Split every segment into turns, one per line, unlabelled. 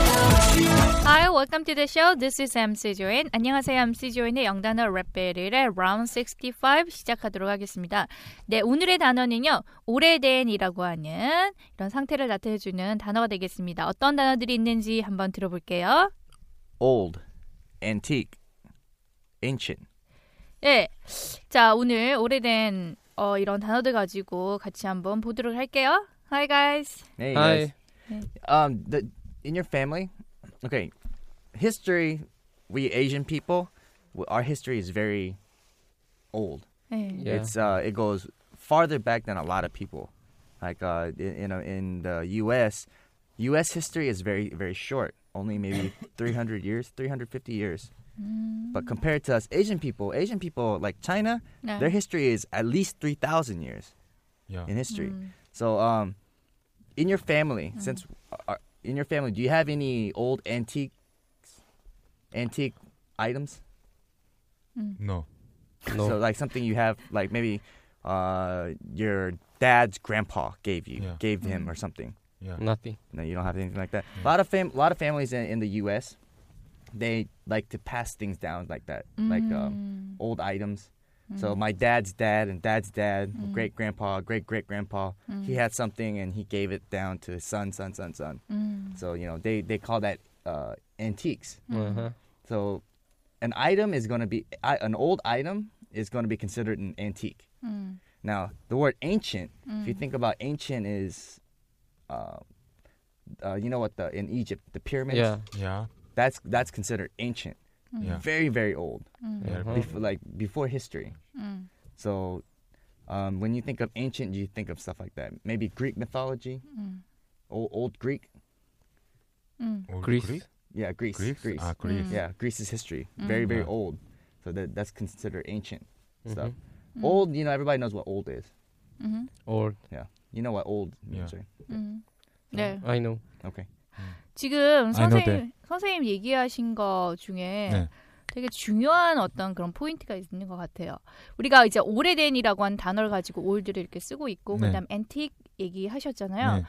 Hi, welcome to the show. This is MC Join. 안녕하세요, MC Join의 영단어 랩벨의 라운드 65 시작하도록 하겠습니다. 네, 오늘의 단어는요, 오래된이라고 하는 이런 상태를 나타내주는 단어가 되겠습니다. 어떤 단어들이 있는지 한번 들어볼게요.
old, antique, ancient.
네, 자 오늘 오래된 어, 이런 단어들 가지고 같이 한번 보도록 할게요. Hi guys.
Hey
Hi.
guys. Um, the, in your family, okay, history. We Asian people, w- our history is very old.
네.
Yeah.
It's uh, it goes farther back than a lot of people. Like uh, in in, uh, in the U.S., U.S. history is very very short, only maybe 300 years, 350 years. But compared to us Asian people, Asian people like China,
Yeah.
their history is at least 3,000 years
Yeah.
in history. So, um, in your family, since uh, in your family, do you have any old antique antique items?
No.
No.
So like something you have, like maybe uh, your dad's grandpa gave you,
Yeah.
gave him or something.
Nothing.
No, you don't have anything like that. A lot of fam, lot of families in, in the U.S. they like to pass things down like that, like um, old items. So my dad's dad and dad's dad, great grandpa, great great grandpa, he had something and he gave it down to his son, son, son, son. So you know they they call that uh, antiques.
Uh-huh.
So an item is going to be I, an old item is going to be considered an antique. Now the word ancient, if you think about ancient, is uh, uh, you know what the in Egypt the pyramids.
Yeah.
Yeah.
That's that's considered ancient.
Yeah.
Very very old,
Uh-huh.
before, like before history. So. Um, when you think of ancient, you think of stuff like that. Maybe Greek mythology, old, old Greek.
Greece.
Yeah, Greece. Ah, Greece.
Mm.
Mm. Yeah, Greece's history very very old, so that that's considered ancient stuff.
Mm.
Old, you know, everybody knows what old is.
Or
Yeah, you know what old means, right?
네.
I know.
Okay.
지금
I know
선생님 선생님 얘기하신 거 중에
네.
되게 중요한 어떤 그런 포인트가 있는 것 같아요. 우리가 이제 오래된이라고 하는 단어를 가지고 올드를 이렇게 쓰고 있고
네.
그다음 앤틱 얘기하셨잖아요.
네.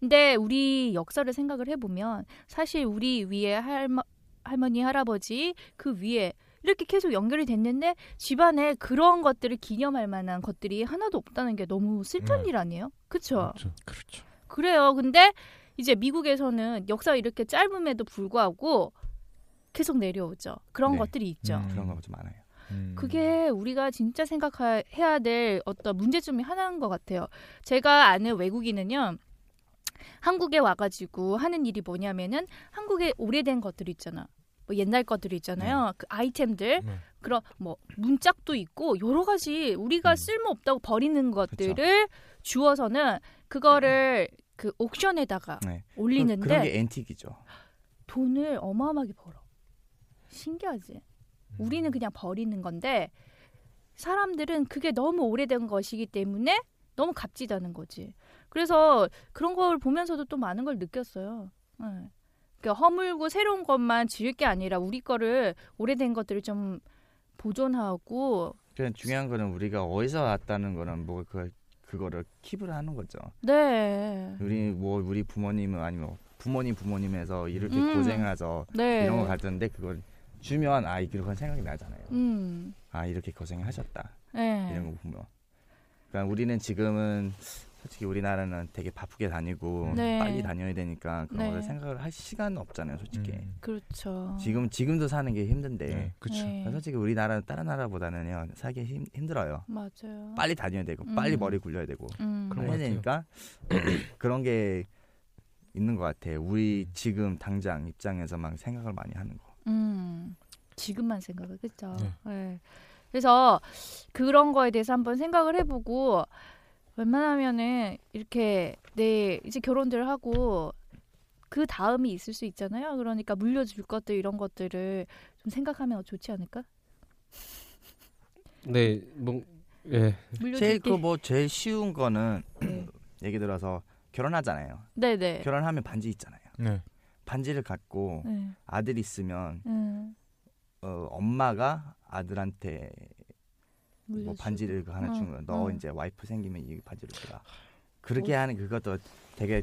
근데 우리 역사를 생각을 해보면 사실 우리 위에 할머, 할머니 할아버지 그 위에 이렇게 계속 연결이 됐는데 집안에 그런 것들을 기념할 만한 것들이 하나도 없다는 게 너무 슬픈
네.
일 아니에요? 그렇죠.
그렇죠.
그래요. 근데 이제 미국에서는 역사 이렇게 짧음에도 불구하고 계속 내려오죠. 그런
네.
것들이 있죠.
음.
그런 거좀 많아요.
그게
음.
우리가 진짜 생각해야 될 어떤 문제점이 하나인 것 같아요. 제가 아는 외국인은요. 한국에 와가지고 하는 일이 뭐냐면은 한국에 오래된 것들 있잖아. 뭐 옛날 것들 있잖아요. 그 아이템들.
네.
그런 뭐 문짝도 있고 여러 가지
음.
우리가 쓸모없다고 버리는 것들을 주어서는 그거를 그 옥션에다가
네. 그럼
올리는데
그런 게 앤틱이죠.
돈을 어마어마하게 벌어. 신기하지?
음.
우리는 그냥 버리는 건데 사람들은 그게 너무 오래된 것이기 때문에 너무 값지다는 거지. 그래서 그런 걸 보면서도 또 많은 걸 느꼈어요. 예. 그러니까 허물고 새로운 것만 지을 게 아니라 우리 거를 오래된 것들을 좀 보존하고
그냥 중요한 거는 우리가 어디서 왔다는 거는 뭐 그 그거를 킵을 하는 거죠.
네.
우리 뭐 우리 부모님은 아니면 뭐 부모님 부모님에서 이렇게
음.
고생해서
네.
이런 거 가졌는데 그걸 주면 아 그런 생각이 나잖아요.
음.
아 이렇게 고생하셨다
네.
이런 거 보면. 그러니까 우리는 지금은 솔직히 우리나라는 되게 바쁘게 다니고
네.
빨리 다녀야 되니까 그런
네.
거를 생각을 할 시간 없잖아요, 솔직히.
음.
그렇죠.
지금 지금도 사는 게 힘든데 그러니까
네, 그렇죠.
네.
솔직히 우리나라는 다른 나라보다는요 살기 힘, 힘들어요.
맞아요.
빨리 다녀야 되고 빨리
음.
머리 굴려야 되고
음.
그런 것
해야
같아요.
되니까 그런 게 있는 것 같아요. 우리 지금 당장 입장에서만 생각을 많이 하는 거.
음, 지금만 생각을 그죠.
네.
네. 그래서 그런 거에 대해서 한번 생각을 해보고 웬만하면은 이렇게 내 이제 결혼들 하고 그 다음이 있을 수 있잖아요. 그러니까 물려줄 것들 이런 것들을 좀 생각하면 좋지 않을까?
네, 뭐, 예,
제일
물려줄 게.
그뭐 제일 쉬운 거는
네.
얘기 들어서 결혼하잖아요.
네네.
결혼하면 반지 있잖아요.
네,
반지를 갖고
예. 네.
아들 있으면
음,
어, 엄마가 아들한테 뭐
물려주고.
반지를 그 하나
어,
주는 거야. 너
어. 뭐
이제 와이프 생기면 이 반지를 주라. 그렇게 하는 그것도 되게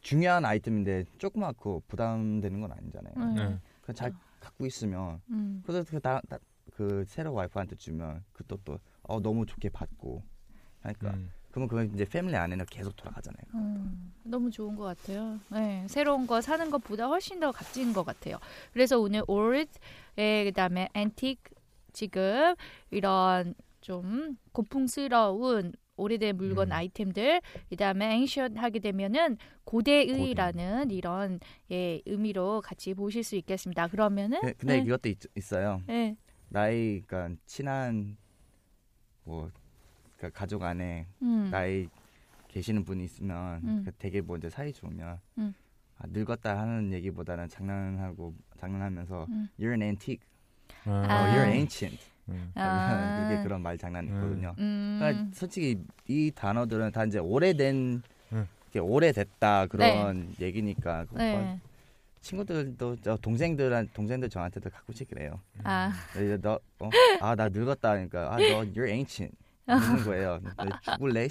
중요한 아이템인데 조그맣고 부담되는 건 아니잖아요.
음,
네.
그냥 잘 갖고 있으면
음,
그래서 그다그 새로 와이프한테 주면 그것도 또 어, 너무 좋게 받고 하니까
음.
그러면 그건 이제 패밀리 안에는 계속 돌아가잖아요.
음, 너무 좋은 것 같아요. 네, 새로운 거 사는 것보다 훨씬 더 값진 것 같아요. 그래서 오늘 올드에 그다음에 앤틱 지금 이런 좀 고풍스러운 오래된 물건
음.
아이템들 그다음에 앵션 하게 되면은 고대의라는 이런 예, 의미로 같이 보실 수 있겠습니다. 그러면은
네, 근데
네.
이것도 있, 어요
예,
나이 그러니까 친한 뭐 그러니까 가족 안에
음,
나이 계시는 분이 있으면
음.
그 되게 뭐 이제 사이 좋으면
음.
아, 늙었다 하는 얘기보다는 장난하고 장난하면서
음.
you're an antique,
아.
or you're ancient
음.
아.
예. 이게 그런 말 장난이
음.
있거든요.
음,
그러니까 솔직히 이 단어들은 다 이제 오래된
음.
이게 오래됐다 그런 얘기니까
네,
음. 친구들도 저 동생들한 동생들 저한테도 가끔씩 그래요.
아,
이제 너, 어, 아, 나 늙었다 하니까, 아, 너, you're ancient. 있는 거예요. 너 죽을래?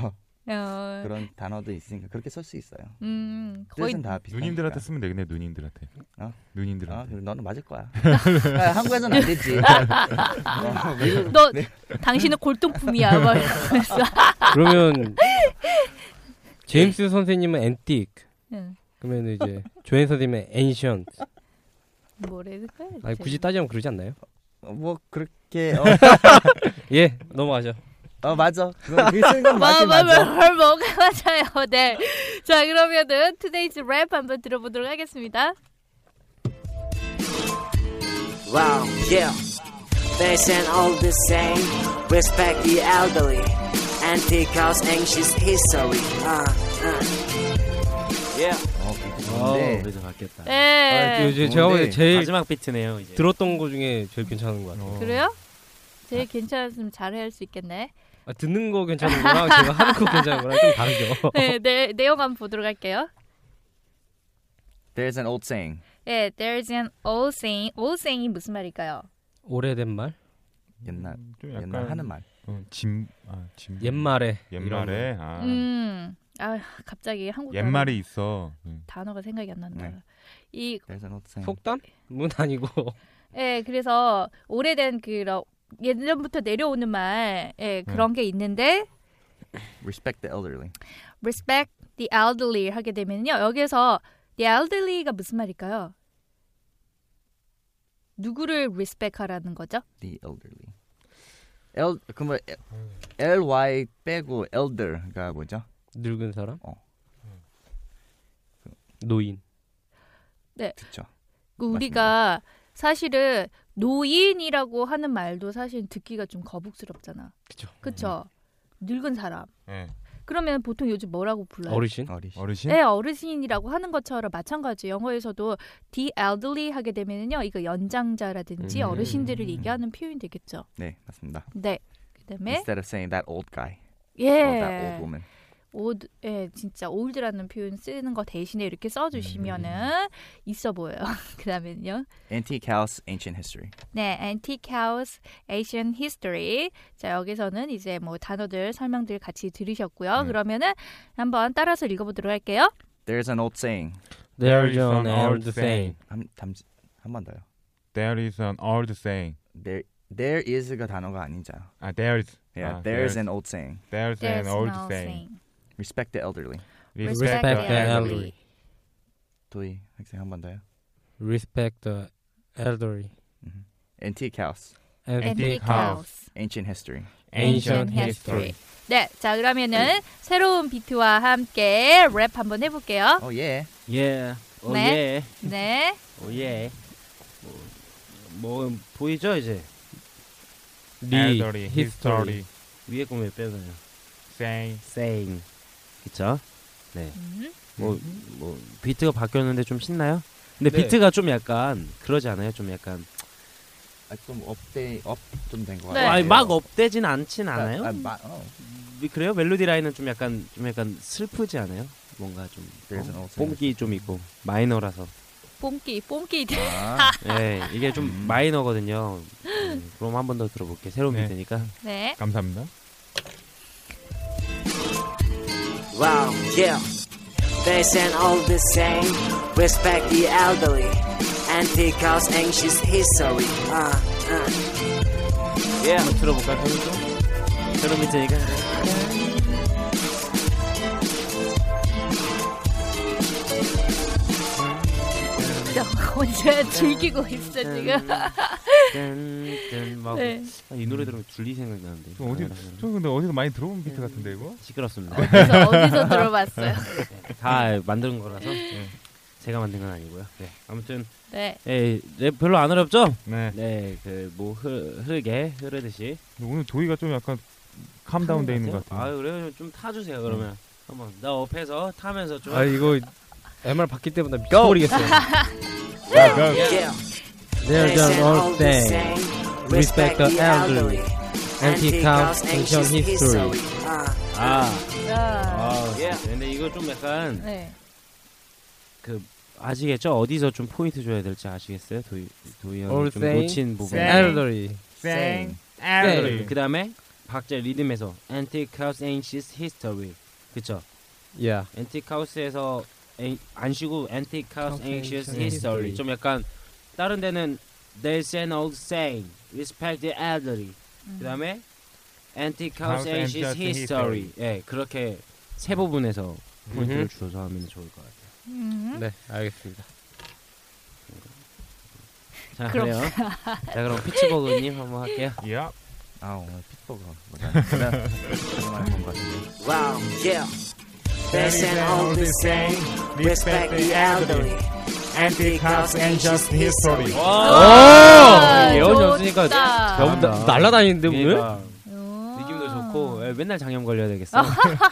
뭐
어,
그런 단어도 있으니까 그렇게 쓸 수 있어요.
음, 거의
뜻은 다 비슷한.
누님들한테 쓰면 되겠네 누님들한테.
어? 아,
누님들한테.
그럼 너는 맞을 거야. 야, 한국에서는 안 되지. 어, 미국-
너
네.
당신은 골동품이야. 막 이러면서.
그러면 제임스 선생님은 앤틱,
응.
그러면 이제 조앤 선생님은 앤션.
뭐래 그거야.
아니 굳이 따지면 그러지 않나요?
어, 뭐 그렇게 어,
예, 넘어가죠.
어 맞아. 그건 그게 쓰는 건 맞긴 맞아.
뭐,
어,
뭐뭐뭐 뭐가 맞아요. 네. 자 그러면은 투데이즈 랩 한번 들어보도록 하겠습니다.
Wow, Oh, yeah. They sound all the same. Respect the elderly. Anti-cause anxious history. Uh, uh. Yeah.
어,
네.
그렇게 좋은데
바뀌었다.
아,
네.
이제 제가 오늘
근데
제일
마지막 어. 비트네요. 이제.
들었던 거 중에 제일 괜찮은 것 같아요.
그래요? 제일 괜찮았으면 잘할 수 있겠네.
아, 듣는 거 괜찮은 거랑 제가 하는 거 괜찮은 거랑 좀 다르죠.
네, 네 내용 한번 보도록 할게요.
There's an old saying.
예, there's an old saying. old saying이 무슨 말일까요?
오래된 말,
옛날
음, 좀 약간
옛날 하는 말.
어, 짐, 아, 짐.
옛말에
옛말에. 아,
음, 아 갑자기 한국
옛말이 있어. 음.
단어가 생각이 안 난다.
네.
이
There's an old
이런 거.
음.
saying.
속담? 문 아니고
예, 그래서 오래된 그런 예전부터 내려오는 말,
네.
예, 그런 게 있는데
Respect the elderly.
respect the elderly 하게 되면요. 여기에서 the elderly가 무슨 말일까요? 누구를 respect 하라는 거죠?
The elderly. L 그뭐 L Y 빼고 elder가 뭐죠?
늙은 사람?
어.
노인.
듣죠.
그 우리가 사실은 노인이라고 하는 말도 사실 듣기가 좀 거북스럽잖아.
그쵸.
그쵸? 늙은 사람.
예.
그러면 보통 요즘 뭐라고 불러요?
어르신?
어리시.
어르신.
네, 어르신이라고 하는 것처럼 마찬가지 영어에서도 the elderly 하게 되면요, 이거 연장자라든지
음.
어르신들을 얘기하는 표현 되겠죠.
네, 맞습니다.
네, 그다음에
Instead of saying that old guy or that old
예,
woman.
old, 예, 진짜 old라는 표현 쓰는 거 대신에 이렇게 써주시면은 있어 보여요. 그다음에는요,
Antique house, ancient history.
네, antique house, Asian history. 자 여기서는 이제 뭐 단어들 설명들 같이 들으셨고요. 그러면은 한번 따라서 읽어보도록 할게요.
There's an old saying.
There is an old saying.
한한번 더요.
There is an old saying.
There there is가 단어가 아니죠.
아, there is.
Yeah,
Ah,
there's
there's-
an old saying.
There's,
There's
an old
no
saying.
saying.
Respect the elderly.
Respect
the
the elderly.
또이 학생 한번 더요.
Respect the elderly.
Antique house,
Antique house.
ancient history.
Ancient history.
네, 자 그러면은 새로운 비트와 함께 랩 한번 해볼게요.
Oh yeah.
Yeah. Oh
네.
yeah.
네,
Oh yeah. 뭐, 뭐 보이죠 이제?
elderly history
위에 거왜 빼서요?
saying
Saying. 그쵸? 네.
음,
뭐, 뭐 비트가 바뀌었는데 좀 신나요? 근데
네.
비트가 좀 약간 그러지 않아요? 좀 약간
좀 업데 업좀된거
네.
같아요.
아니 막 업되진 않진 않아요?
아, 마, 어.
그래요? 멜로디 라인은 좀 약간 좀 약간 슬프지 않아요? 뭔가 좀
그래서 어,
뽕기 좀 있고 마이너라서
뽕기, 뽕기.
아,
예 이게 좀
음.
마이너거든요 예, 그럼 한 번 더 들어볼게 새로운
네.
비트니까
네,
감사합니다.
Wow, yeah. They sound all the same. Respect the elderly. Antique house, anxious history. Uh, uh.
한번 들어볼까 새로운 좀 새로운 비트니까
저 혼자 즐기고 있어 지금.
짠짠막이
네.
노래 들으면 둘리 생각나는데
저 어디 저 근데 어디서 많이 들어본 비트 같은데 이거?
시끄럽습니다
그래서 어디서 들어봤어요?
다 만든 거라서 예. 제가 만든 건 아니고요 네. 아무튼
네,
예, 랩 별로 안 어렵죠?
네.
네그뭐 흐르게 흐르듯이
근데 오늘 조이가 좀 약간 캄다운 돼 있는 것 같아요.
아 그래요 좀 타주세요 그러면 한번 나 옆에서 타면서 좀.
아 이거 MR 받기 때문에 나 미쳐버리겠어요.
Yeah.
They're
They sound
the
all
old
the
thing.
same.
Respect the elderly.
Antique house,
ancient
anxious history.
history.
Uh,
아,
자,
아 근데 이거 좀 약간
네.
그 아시겠죠? 어디서 좀 포인트 줘야 될지 아시겠어요? 도희 도희 형이
All
좀
thing,
놓친 부분.
Elderly.
saying
elderly.
그 다음에 박자 리듬에서 Antique House Ancient History 그쵸?
Yeah.
Antique House에서 엔- 안 쉬고 Antique House
House
Ancient
Ancient
History
History.
좀 약간 다른 데는 There's an old saying Respect the elderly 그 다음에 Antique
House
House Ancient
Ancient
History 예 그렇게 세 부분에서 포인트를
음흠.
줘서 하면 좋을 것 같아요
음.
네, 알겠습니다.
자
그럼.
그래요. 자 그럼 피치버그님 한번 할게요.
야.
아 오늘 핏버거 뭐다. 네,
wow, yeah. They
That is
sound
all
all the
the
same.
same.
Respect the elderly. Antique house, anxious history.
아,
예언이
좋다.
없으니까
너무 나- 날아다니는데 오늘?
그러니까
오.
느낌도 좋고 예, 맨날 장염 걸려야 되겠어.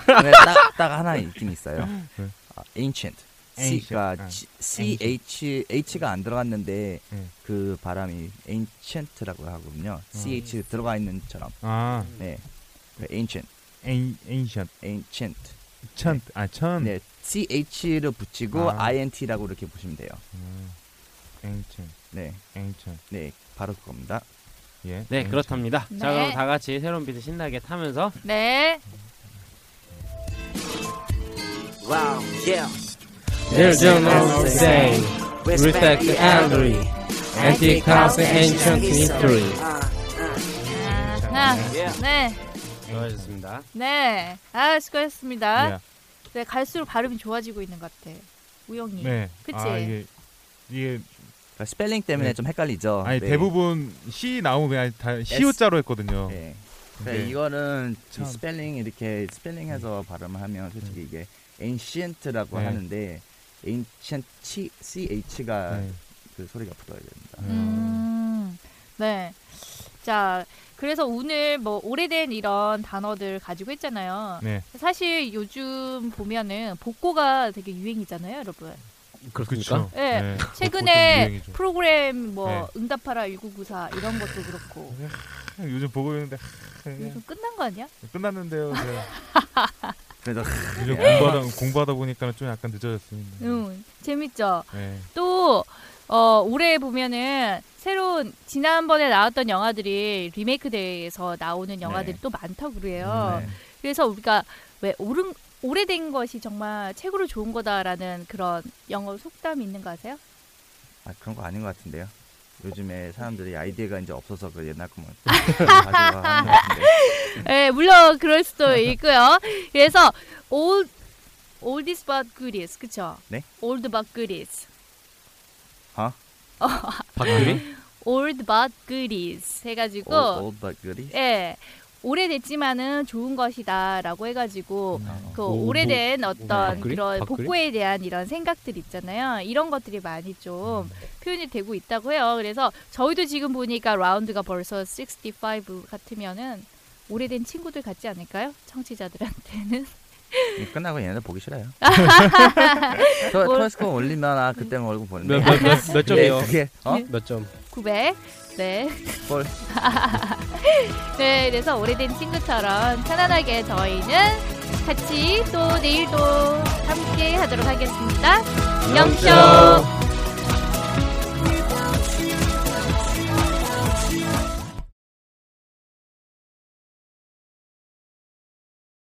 딱딱 하나 있긴 있어요.
네.
아, ancient.
Ancient,
C가
아,
C H H가 안 들어갔는데
음.
그 바람이 ancient라고 하거든요. CH 들어가 있는처럼.
아,
네. 그 ancient,
엔 엔션
ancient.
천아 천.
네. CH를 붙이고
음. 아.
INT라고 이렇게 보시면 돼요.
엔천
네.
엔천.
네. 바로 그겁니다.
예.
네
ancient.
그렇답니다. 자
네.
그럼 다 같이 새로운 비트 신나게 타면서
네.
Wow, yeah.
They're the old
네.
thing. Respect the elderly. Antique house ancient history.
Uh,
아,
예.
네.
좋아졌습니다.
네. 아, 수고하셨습니다.
예.
네, 갈수록 발음이 좋아지고 있는 것 같아. 우영이.
네.
그치?
아 이게 이게
그러니까 스펠링 때문에
네.
좀 헷갈리죠.
아니
네.
대부분 C 나오면 그냥 다 C자로 했거든요.
네.
어. 근데
네, 이거는 이
참.
스펠링 이렇게 스펠링해서 발음을 하면 솔직히 이게 ancient라고
네.
하는데 ancient C-
아,
ch가
네.
그 소리가 붙어야 됩니다.
음. 네. 자, 그래서 오늘 뭐 오래된 이런 단어들 가지고 했잖아요.
네.
사실 요즘 보면은 복고가 되게 유행이잖아요, 여러분.
그렇죠.
예.
네. 보통
최근에
유행이죠.
프로그램 뭐
네.
응답하라 1994 이런 것도 그렇고
요즘 보고 있는데 하,
요즘 끝난 거 아니야?
끝났는데요. 이제.
그래도
요즘 공부하다 공부하다 보니까 좀 약간 늦어졌습니다.
응, 재밌죠.
네.
또 어, 올해 보면은 새로운 지난번에 나왔던 영화들이 리메이크 대회에서 나오는 영화들이
네.
또
음,
많다고
아,
네.
그래요. 그래서 우리가 왜 오른 오래된 것이 정말 최고로 좋은 거다라는 그런 영어 속담이 있는 거 아세요?
아, 그런 거 아닌 것 같은데요. 요즘에 사람들이 아이디어가 이제 없어서 그 옛날 것만 가지고 하는 것 같은데.
예, 물론 그럴 수도 있고요. 그래서 old oldest but goodies 그쵸?
네?
old but goodies
어?
박규리?
old but goodies 해가지고
Old, old but goodie?
예 오래됐지만은 좋은 것이다라고 해가지고
어.
그
오, 뭐,
오래된 어떤
밥그릇?
그런
밥그릇?
복고에 대한 이런 생각들 있잖아요. 이런 것들이 많이 좀 표현이 되고 있다고 해요. 그래서 저희도 지금 보니까 라운드가 벌써 65 같으면은 오래된 친구들 같지 않을까요? 청취자들한테는
이거 끝나고 얘네들 보기 싫어요. 저
뭘-
토스코 올리면 아 그때 얼굴 보는데.
몇, 몇, 몇, 몇 점이요?
네, 그게 어?
몇 점?
900. 네.
뭘?
네, 그래서 오래된 친구처럼 편안하게 저희는 같이 또 내일도 함께 하도록 하겠습니다. 영쇼!